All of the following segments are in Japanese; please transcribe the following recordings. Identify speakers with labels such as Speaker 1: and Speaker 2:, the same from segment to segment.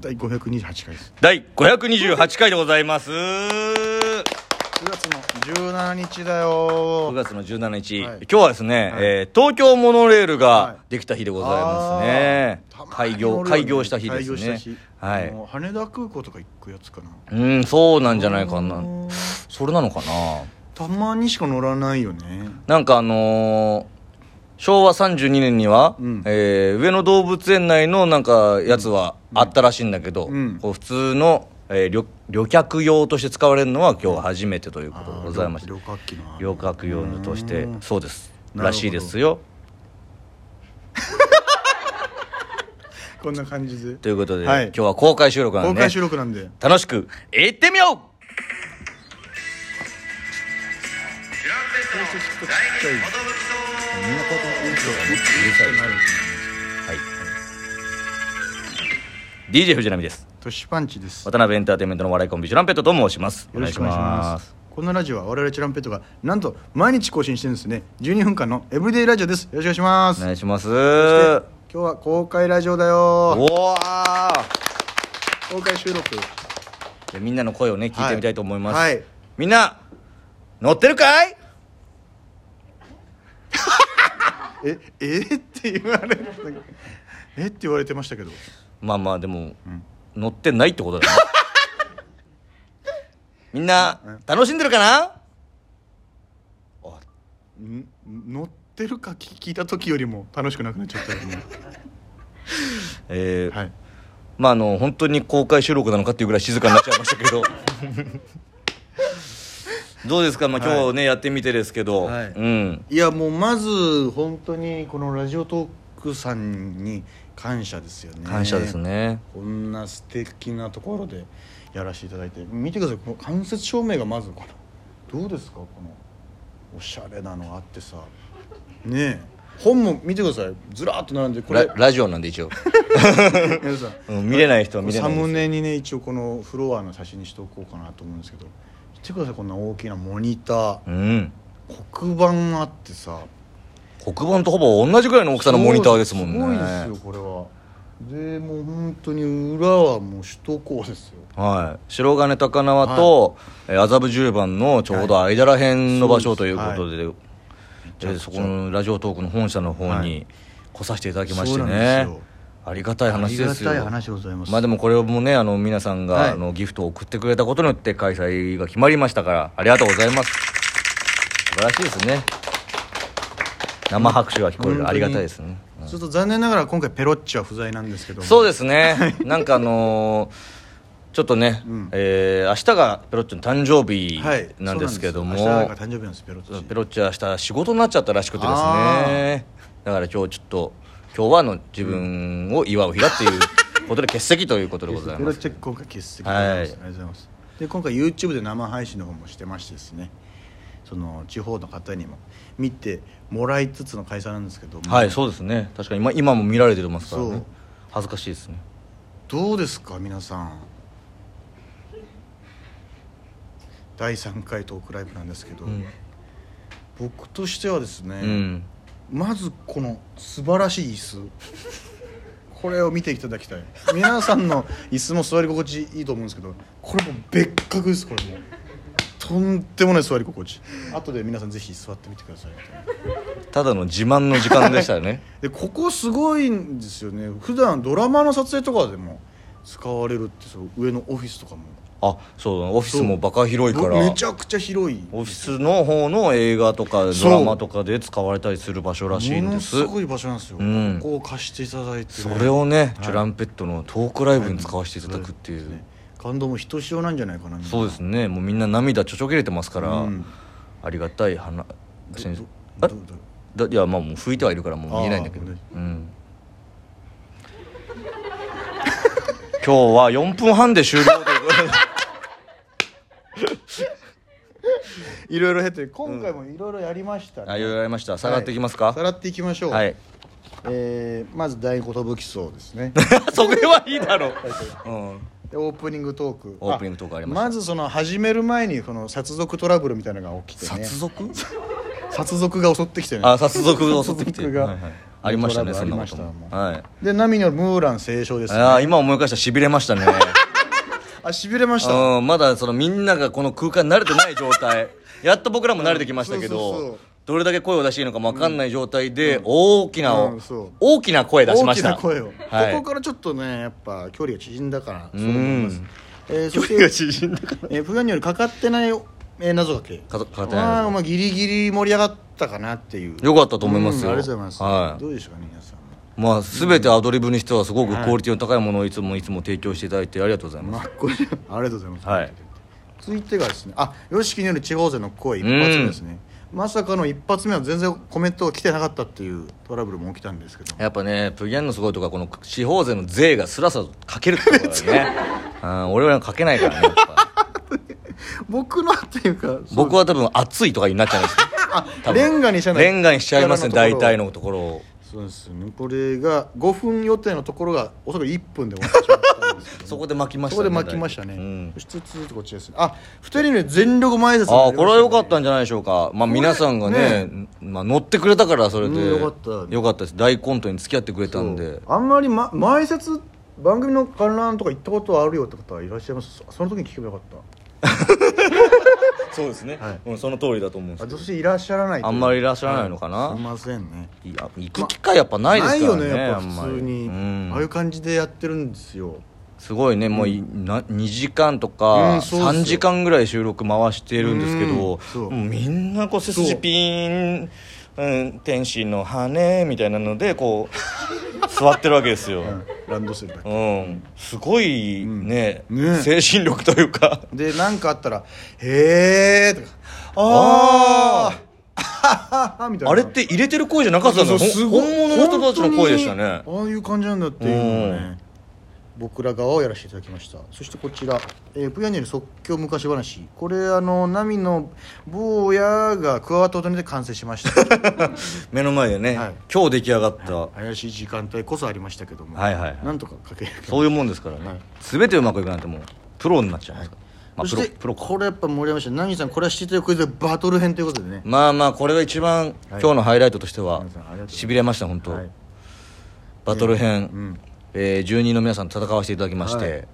Speaker 1: 第528回です
Speaker 2: 第528回でございます
Speaker 1: 9月の17日だ
Speaker 2: 9
Speaker 1: よ
Speaker 2: 月の17日、
Speaker 1: はい
Speaker 2: 今日はですね、
Speaker 1: はい
Speaker 2: えー東京モノレール
Speaker 1: は
Speaker 2: が
Speaker 1: い
Speaker 2: できた日でございますね、
Speaker 1: あー
Speaker 2: 開業
Speaker 1: たま
Speaker 2: 開
Speaker 1: に乗るよ
Speaker 2: 業
Speaker 1: ね
Speaker 2: した日で
Speaker 1: 開業
Speaker 2: す
Speaker 1: した
Speaker 2: ね
Speaker 1: 日
Speaker 2: はい
Speaker 1: あの羽田空港とか行くやつかな
Speaker 2: うんそうなんじゃないかな
Speaker 1: うん
Speaker 2: それなのかな
Speaker 1: たまにしか乗らないよね
Speaker 2: なんかあのー昭和32年には、
Speaker 1: うん
Speaker 2: えー上野動物園内のなんかやつはあったらしいんだけど、
Speaker 1: うん
Speaker 2: こう普通の、えー旅旅客用として使われるのは今日初めてということでございまして
Speaker 1: あー旅客機の
Speaker 2: 旅客用のとして
Speaker 1: うん
Speaker 2: そうです
Speaker 1: なるほど
Speaker 2: らしいですよ
Speaker 1: こんな感じで
Speaker 2: ということで、
Speaker 1: はい
Speaker 2: 今日は公開収録なん
Speaker 1: 公
Speaker 2: で
Speaker 1: 開収録なんで
Speaker 2: 楽しくいってみようはい DJ 藤波です
Speaker 1: トシパンチですよ
Speaker 2: 渡辺エンターテインメントの笑いコンビジュランペットと申しますお
Speaker 1: ろ
Speaker 2: 願い
Speaker 1: し
Speaker 2: し
Speaker 1: くお願いし
Speaker 2: ま
Speaker 1: ますすこのラジオは我々チランペットがなんと毎日更新してるんですね12分間のエブリデイラジオですよろしくお願いしま
Speaker 2: お
Speaker 1: す
Speaker 2: 願いします
Speaker 1: そして今日は公開ラジオだよ
Speaker 2: おわー
Speaker 1: 公開収録
Speaker 2: じゃあみんなの声をね聞いてみたいと思います、
Speaker 1: はい
Speaker 2: みんな乗ってるかい
Speaker 1: ええ って言われてえって言われてましたけど
Speaker 2: まあまあでも、
Speaker 1: ん
Speaker 2: 乗ってないってこと だねみんな楽しんでるかなあ
Speaker 1: ん乗ってるか聞聞いた時よりも楽しくなくなっちゃったよね
Speaker 2: えー
Speaker 1: はい
Speaker 2: まああの本当に公開収録なのかっていうぐらい静かになっちゃいました けどどうですか、まあ、今日ね、やってみてですけど、
Speaker 1: はい
Speaker 2: うん
Speaker 1: いやもうまず本当にこのラジオトークさんに感謝ですよね
Speaker 2: 感謝ですね
Speaker 1: こんな素敵なところでやらせていただいて見てくださいこの間接照明がまずこのどうですかこのおしゃれなのあってさねえ本も見てくださいずらーっと並んでこ
Speaker 2: ラ
Speaker 1: れ
Speaker 2: ラジオなん で一応、
Speaker 1: 皆さん
Speaker 2: うん見れない人は見れな
Speaker 1: サ
Speaker 2: いです
Speaker 1: ムネにね一応このフロアの写真にしておこうかなと思うんですけど見てくださいこんな大きなモニター
Speaker 2: うん
Speaker 1: 黒板あってさ
Speaker 2: 黒板とほぼ同じぐらいの大きさのモニターですもんね
Speaker 1: ごいですよこれはでもう本当に裏はもう首都高ですよ
Speaker 2: はい、白金高輪とえー麻布、十番のちょうど間らへんの場所ということで,で、そこのラジオトークの本社の方
Speaker 1: は
Speaker 2: に
Speaker 1: い
Speaker 2: 来させていただきまし
Speaker 1: そ
Speaker 2: て
Speaker 1: うなん
Speaker 2: ね、
Speaker 1: ですよ
Speaker 2: ありがたい話ですよ
Speaker 1: ありがたい話でございます
Speaker 2: まあでもこれもねあの皆さんが、
Speaker 1: はい
Speaker 2: あのギフトを送ってくれたことによって開催が決まりましたからありがとうございます素晴らしいですね生拍手が聞こえ
Speaker 1: 本当
Speaker 2: る
Speaker 1: に
Speaker 2: ありがたいですね
Speaker 1: ちょっと残念ながら今回ペロッチは不在なんですけど
Speaker 2: そうですすねなんかあのーちょっとね、
Speaker 1: ん
Speaker 2: えー明日がペロッチョの誕生日
Speaker 1: はい
Speaker 2: なんですけども、
Speaker 1: そうなんです明日が誕生日なんですペロッチ
Speaker 2: ペロッチョ明日仕事になっちゃったらしくてですねだから今日ちょっと今日はあの自分を祝う日だっていうこと で欠席ということでござい
Speaker 1: ペ
Speaker 2: ま
Speaker 1: ロッ
Speaker 2: す
Speaker 1: チは今回欠席でご
Speaker 2: はい
Speaker 1: ざいます、ありがとうございますで今回 YouTube で生配信の方もしてましてですねその地方の方にも見てもらいつつの開催なんですけども
Speaker 2: はいそうですね確かに今今も見られてますから
Speaker 1: そ
Speaker 2: ね
Speaker 1: う
Speaker 2: 恥ずかしいですね
Speaker 1: どうですか皆さん第3回トークライブなんですけど、
Speaker 2: ん
Speaker 1: 僕としてはですね、
Speaker 2: うん
Speaker 1: まずこの素晴らしい椅子これを見ていただきたい皆さんの椅子も座り心地いいと思うんですけどこれも別格ですこれもうとんでもない座り心地後で皆さんぜひ座ってみてください
Speaker 2: ただの自慢の時間でした よね
Speaker 1: でここすごいんですよね普段ドラマの撮影とかでも使われるってそう上のオフィスとかも
Speaker 2: あそうオフィスもバカ広いから
Speaker 1: めちゃくちゃ広い
Speaker 2: オフィスの方の映画とかドラマとかで使われたりする場所らしいん
Speaker 1: も
Speaker 2: で
Speaker 1: の
Speaker 2: す
Speaker 1: すごい場所なんですよ、
Speaker 2: うん
Speaker 1: ここを貸していただいて
Speaker 2: そ
Speaker 1: ね、
Speaker 2: れをね、
Speaker 1: い
Speaker 2: チュランペットのトークライブに使わせていただくっていう、
Speaker 1: そですね感動もひとしおなんじゃないかな
Speaker 2: そうですねもうみんな涙ちょちょ切れてますから、
Speaker 1: うん
Speaker 2: ありがたい話先生
Speaker 1: どどど
Speaker 2: だいやまあもう拭いてはいるからもう見えないんだけど、
Speaker 1: あー
Speaker 2: うん、今日は4分半で終了ということで
Speaker 1: いろいろ経て今回もいろいろやりましたね、
Speaker 2: あいろいろありましたさらっていきますか
Speaker 1: さ
Speaker 2: は
Speaker 1: らっていきましょ
Speaker 2: い、
Speaker 1: う、えーまず第五飛ぶそうですね
Speaker 2: それはいいだろう、うん
Speaker 1: でオープニングトーク
Speaker 2: オープニングトークありました
Speaker 1: まずその始める前にこの殺族トラブルみたいなのが起きてね
Speaker 2: 殺族
Speaker 1: 殺族が襲ってきてね
Speaker 2: あ殺族が襲ってき
Speaker 1: 殺
Speaker 2: て
Speaker 1: 族が
Speaker 2: はいはいありましたね
Speaker 1: ト
Speaker 2: そ
Speaker 1: ラ
Speaker 2: ん
Speaker 1: ブ
Speaker 2: な
Speaker 1: ル
Speaker 2: こと
Speaker 1: あり
Speaker 2: も
Speaker 1: ましたもん
Speaker 2: はい
Speaker 1: で波によるムーラン清少ですね
Speaker 2: あー今思い返したしびれ ましたね
Speaker 1: あしびれました
Speaker 2: うんまだそのみんながこの空間に慣れてない状態やっと僕らも慣れてきましたけ
Speaker 1: うんそうそうそう
Speaker 2: どどれだけ声を出していいのかも分かんない状態で大きな
Speaker 1: うんそう
Speaker 2: 大きな声出しました
Speaker 1: 大きな声を、
Speaker 2: はい
Speaker 1: ここからちょっとねやっぱ距離が縮んだから
Speaker 2: うん
Speaker 1: そうだと思います、えー、そして
Speaker 2: 距離が縮んだから
Speaker 1: えー、プガンによるかかってない、えー、謎かけ
Speaker 2: かかかってない
Speaker 1: まあまあギリギリ盛り上がったかなっていう
Speaker 2: よかったと思いますよ
Speaker 1: うんありがとうございます、
Speaker 2: はい
Speaker 1: どうでしょうかね皆さん
Speaker 2: まあ全てアドリブにしてはすごくクオリティの高いものをいつもいつも提供していただいてありがとうございます
Speaker 1: まあこれありがとうございます、
Speaker 2: はい
Speaker 1: 続いてがですねあよしきによる地方勢の声一発目ですねまさかの一発目は全然コメントが来てなかったっていうトラブルも起きたんですけど
Speaker 2: やっぱねプギャンのすごいとこはこの地方税の税がスラスラとかけるってところだよねうん俺らはかけないからねやっぱ
Speaker 1: 僕のっていうか
Speaker 2: 僕は多分熱いとかになっちゃうんですよ多
Speaker 1: あ
Speaker 2: 分
Speaker 1: レンガにしちゃない
Speaker 2: レンガにしちゃいますね
Speaker 1: 力と
Speaker 2: 大
Speaker 1: ころを
Speaker 2: 体のところを
Speaker 1: そうですねこれが5分予定のところがおそらく1分で終わってしまったんですけど
Speaker 2: そこで巻きまし
Speaker 1: そ
Speaker 2: た
Speaker 1: こ
Speaker 2: ね
Speaker 1: で巻きましたね、
Speaker 2: うん
Speaker 1: そして続いてこっちですねあ二2人で全力前説にな
Speaker 2: ああ
Speaker 1: りましたね
Speaker 2: これは良かったんじゃないでしょうかまあ皆さんがねまあ、乗ってくれたからそれで
Speaker 1: うん良かった
Speaker 2: 良かったです大コントに付き合ってくれたん
Speaker 1: そう
Speaker 2: で
Speaker 1: あんまり、ま、前説番組の観覧とか行ったことあるよって方はいらっしゃいますその時に聞けばよかっ
Speaker 2: そうですね、
Speaker 1: はい
Speaker 2: うん、その通りだと思うんで
Speaker 1: た
Speaker 2: す
Speaker 1: あ
Speaker 2: けど
Speaker 1: そしていらっしゃらないとう
Speaker 2: あんまりいらっしゃらないのかな
Speaker 1: はいすいませんね
Speaker 2: いや行く機会やっぱないですからね
Speaker 1: ないよねやっぱ
Speaker 2: あんまり
Speaker 1: 普通にあ,、
Speaker 2: うん
Speaker 1: あいう感じでやってるんですよ
Speaker 2: すごいねもうい、な2時間とか、
Speaker 1: うんそうですよ
Speaker 2: 3時間ぐらい収録回してるんですけ
Speaker 1: うん
Speaker 2: ど、
Speaker 1: そう
Speaker 2: もうみんなこう背筋ピーン、うん、天使の羽みたいなのでこ う座ってるわけですよ、
Speaker 1: ランドセルだけ
Speaker 2: うん、すごいね,、
Speaker 1: うんね
Speaker 2: 精神力という か
Speaker 1: で何かあったら「へえ」とか「
Speaker 2: あ
Speaker 1: あああ」みたいな
Speaker 2: あれって入れてる声じゃなかったの
Speaker 1: そう
Speaker 2: よ
Speaker 1: そうす
Speaker 2: ほ
Speaker 1: ごい
Speaker 2: 本物の人たちの声でしたね
Speaker 1: 本当にああいう感じなんだっていうのをね僕ら側をやらせていただきましたそしてこちら「えー、プヤネル即興昔話」これあのナミの坊やが加わったことによって完成しました
Speaker 2: 目の前でね、
Speaker 1: はい
Speaker 2: 今日出来上がった、
Speaker 1: 怪しい時間帯こそありましたけども、
Speaker 2: はいはいはい
Speaker 1: なんとかかける
Speaker 2: そういうもんですからね、
Speaker 1: はい
Speaker 2: 全てうまくいかないともうプロになっちゃいますから、まあ、
Speaker 1: そ
Speaker 2: プ
Speaker 1: し
Speaker 2: ロ
Speaker 1: て
Speaker 2: プロか
Speaker 1: これやっぱ盛り上がりましたナミさんこれは知っていたクイズでバトル編ということでね
Speaker 2: まあまあこれが一番今日のハイライトとしては
Speaker 1: 皆さんありがとうございます
Speaker 2: しびれました本当、
Speaker 1: はい
Speaker 2: バトル編、
Speaker 1: ん
Speaker 2: えー住人の皆さんと戦わせていただきまして、
Speaker 1: はい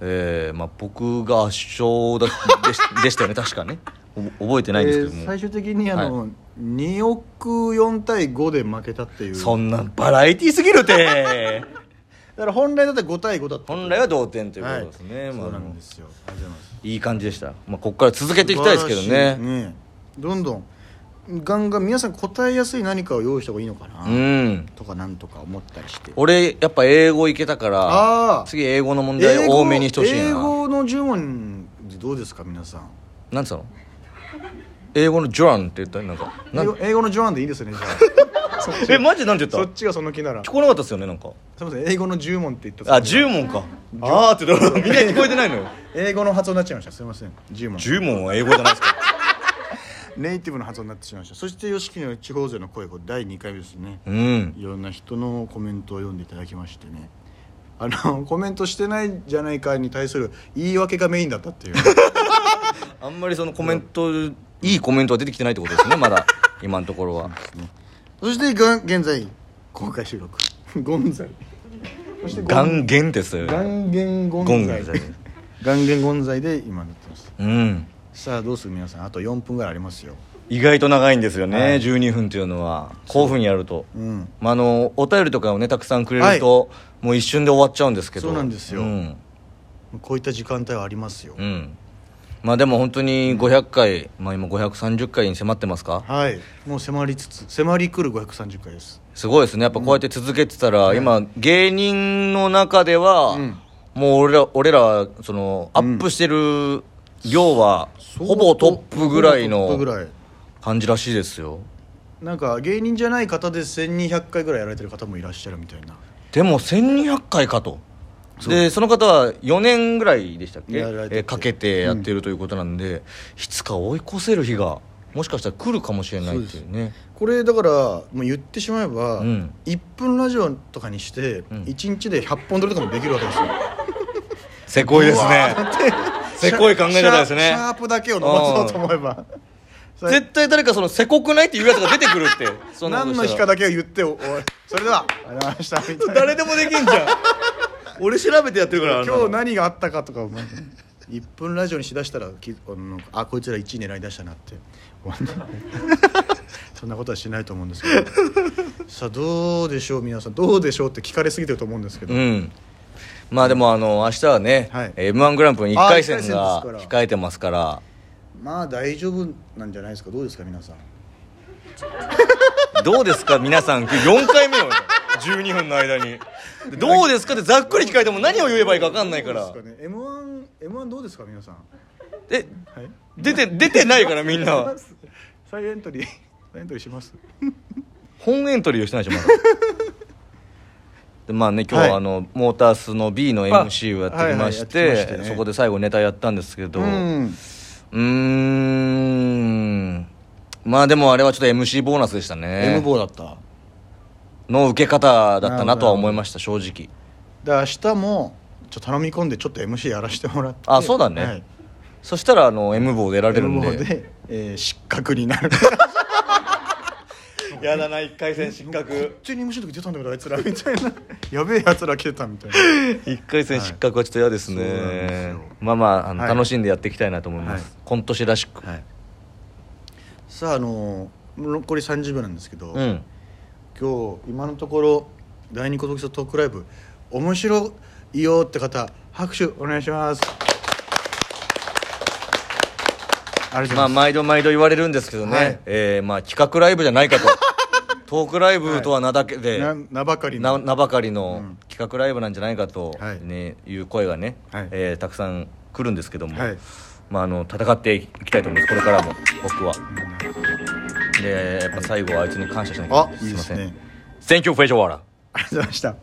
Speaker 2: えーまあ、僕が圧勝だ でしでしたよね確かねお覚えてないんですけど
Speaker 1: えー
Speaker 2: も、
Speaker 1: 最終的にあの、
Speaker 2: は
Speaker 1: 2億4対5で負けたっていう
Speaker 2: そんなバラエティーすぎるて
Speaker 1: だから本来だったら5対5だった
Speaker 2: 本来は同点ということですね、
Speaker 1: はい
Speaker 2: まあ
Speaker 1: そうなんですよありがとうございます
Speaker 2: いい感じでした、まあ、ここから続けていきたいですけど
Speaker 1: 素晴ら
Speaker 2: ね
Speaker 1: しいどんどんガンガン皆さん答えやすい何かを用意した方がいいのかな、
Speaker 2: うん
Speaker 1: とかなんとか思ったりして
Speaker 2: 俺やっぱ英語いけたから
Speaker 1: あー
Speaker 2: 次英語の問題多めにしてほしい
Speaker 1: 英
Speaker 2: な
Speaker 1: 語の10問でどうですか皆さん
Speaker 2: なんつうの英語のジョランって言ったなんか
Speaker 1: 英
Speaker 2: なん
Speaker 1: 語英語の10問でいいですよねじゃ あそっち
Speaker 2: えマジでなんて言
Speaker 1: そ
Speaker 2: っ
Speaker 1: ったちがその気ならす
Speaker 2: 聞こえなかったっすよねなんか
Speaker 1: みません英語の10問って言った
Speaker 2: あ10問かああって言ったらみんな聞こえてない のよ
Speaker 1: 英語の発音になっちゃいましたすみません10問
Speaker 2: 10問は英語じゃないですか
Speaker 1: ネイティブの発音になってしまいましたそして YOSHIKI の地方勢の声これ第2回目ですね、
Speaker 2: うん
Speaker 1: いろんな人のコメントを読んでいただきましてねあのコメントしてないじゃないかに対する言い訳がメインだったっていう
Speaker 2: あんまりそのコメントいいコメントは出てきてないってことですねまだ今のところは
Speaker 1: そしてが現在公開収録ゴンザイそして
Speaker 2: ガ
Speaker 1: ゴン
Speaker 2: ンゲンですよ
Speaker 1: ガンゲンゴンザイ
Speaker 2: ゴンザイ
Speaker 1: ガンゲンゴンザイで今なってます
Speaker 2: うん
Speaker 1: さあどうする皆さんあと4分ぐらいありますよ
Speaker 2: 意外と長いんですよね、
Speaker 1: はい
Speaker 2: 12分っていうのは興奮やると、
Speaker 1: うん
Speaker 2: まあ、あのお便りとかをねたくさんくれると、もう一瞬で終わっちゃうんですけど
Speaker 1: そうなんですよ
Speaker 2: うん、
Speaker 1: こういった時間帯はありますよ、
Speaker 2: うんまあでも本当に500回、まあ今530回に迫ってますか
Speaker 1: はいもう迫りつつ迫りくる530回です
Speaker 2: すごいですねやっぱこうやって続けてたら、今芸人の中では、
Speaker 1: うん
Speaker 2: もう俺ら俺らそのアップしてる量は、ほぼトップぐら
Speaker 1: ほ
Speaker 2: い
Speaker 1: ぼトップ
Speaker 2: の
Speaker 1: ぐらい
Speaker 2: 感じらしいですよ
Speaker 1: なんか芸人じゃない方で1200回ぐらいやられてる方もいらっしゃるみたいな
Speaker 2: でも1200回かとでその方は4年ぐらいでしたっけ
Speaker 1: やられてて
Speaker 2: えーかけてやってるということなんで、いつか追い越せる日がもしかしたら来るかもしれないっていうね
Speaker 1: これだからもう言ってしまえば、
Speaker 2: うん
Speaker 1: 1分ラジオとかにして
Speaker 2: ん
Speaker 1: 1日で100本撮りとかもできるわけですよ、
Speaker 2: せこいですね せこい考え方ですね
Speaker 1: シャーシャープだけを伸ばそうと思えばそれ
Speaker 2: 絶対誰かそのせこくないっていうやつが出てく るってそんなこと
Speaker 1: 何の日
Speaker 2: したら
Speaker 1: かだけは言ってお終わりそれではありがとうございましたみたいな
Speaker 2: 誰でもできん じゃん俺調べてやってるからあんな
Speaker 1: 今
Speaker 2: の
Speaker 1: 日何があったかとか1分ラジオにしだしたらきあのあこいつら1位狙い出したなって 終わんないそんなことはしないと思うんですけどさあどうでしょう皆さんどうでしょうって聞かれすぎてると思うんですけど、
Speaker 2: うんまあでもあの明日はね、
Speaker 1: はい
Speaker 2: えー m 1グランプリ1回戦
Speaker 1: あ
Speaker 2: が
Speaker 1: ー一回戦ですか
Speaker 2: 控えてますから
Speaker 1: まあ大丈夫なんじゃないですかどうですか皆さん
Speaker 2: どうですか皆さん4回 目よ12分の間にでどうですかってざっくり聞かれても何を言えばいいか分かんないか
Speaker 1: ど
Speaker 2: ら
Speaker 1: うですかね m 1 m 1どうですか皆さん
Speaker 2: え
Speaker 1: はい
Speaker 2: 出て出てないからみんな
Speaker 1: 再エントリー 再エントリーします
Speaker 2: 本エントリーをしてないでしょまだでまあね今日
Speaker 1: はい
Speaker 2: はあの、モータースの B の MC をやってき
Speaker 1: は
Speaker 2: まし
Speaker 1: いはい
Speaker 2: て,、
Speaker 1: やってきましてね
Speaker 2: そこで最後ネタやったんですけどうーん
Speaker 1: ん
Speaker 2: まあでもあれはちょっと MC ボーナスでしたね
Speaker 1: M 棒だった
Speaker 2: の受け方だったなとは思いました正直
Speaker 1: で明日もちょっと頼み込んでちょっと MC やらせてもらって
Speaker 2: あそうだね
Speaker 1: はい
Speaker 2: そしたらあの M 棒出られるんで
Speaker 1: M 棒で、えー失格になる
Speaker 2: やだな1回戦失
Speaker 1: こっちに MC の時出たんだけどあいつらみたいなやべえやつら来てたみたいな
Speaker 2: 1回戦失格はちょっと嫌ですね、
Speaker 1: はいそうなんですよ
Speaker 2: まあまああの、
Speaker 1: はい
Speaker 2: 楽しんでやっていきたいなと思います、
Speaker 1: はい
Speaker 2: 今年らしく、
Speaker 1: はいさああのー残り30秒なんですけど、
Speaker 2: うん
Speaker 1: 今日今のところ第二こときそトークライブ面白いよって方拍手お願いしますありがとうござい
Speaker 2: ま
Speaker 1: ま
Speaker 2: あ、
Speaker 1: す、
Speaker 2: 毎度毎度言われるんですけどね、
Speaker 1: はい
Speaker 2: えーまあ、企画ライブじゃないか とトークライブとは名だけで、
Speaker 1: な名ばかり
Speaker 2: な
Speaker 1: の
Speaker 2: 名ばかりの
Speaker 1: うん
Speaker 2: 企画ライブなんじゃないかと、
Speaker 1: はい
Speaker 2: ねい、う声がね、
Speaker 1: はい
Speaker 2: えーたくさん来るんですけども、
Speaker 1: はい
Speaker 2: まあ、あの戦っていきたいと思いますこれからも僕はでやっぱ最後はあいつに感謝しなきゃ
Speaker 1: あ
Speaker 2: いけない
Speaker 1: いいです
Speaker 2: ません
Speaker 1: ね
Speaker 2: Thank you, フェイジョワラ
Speaker 1: ありがとうございました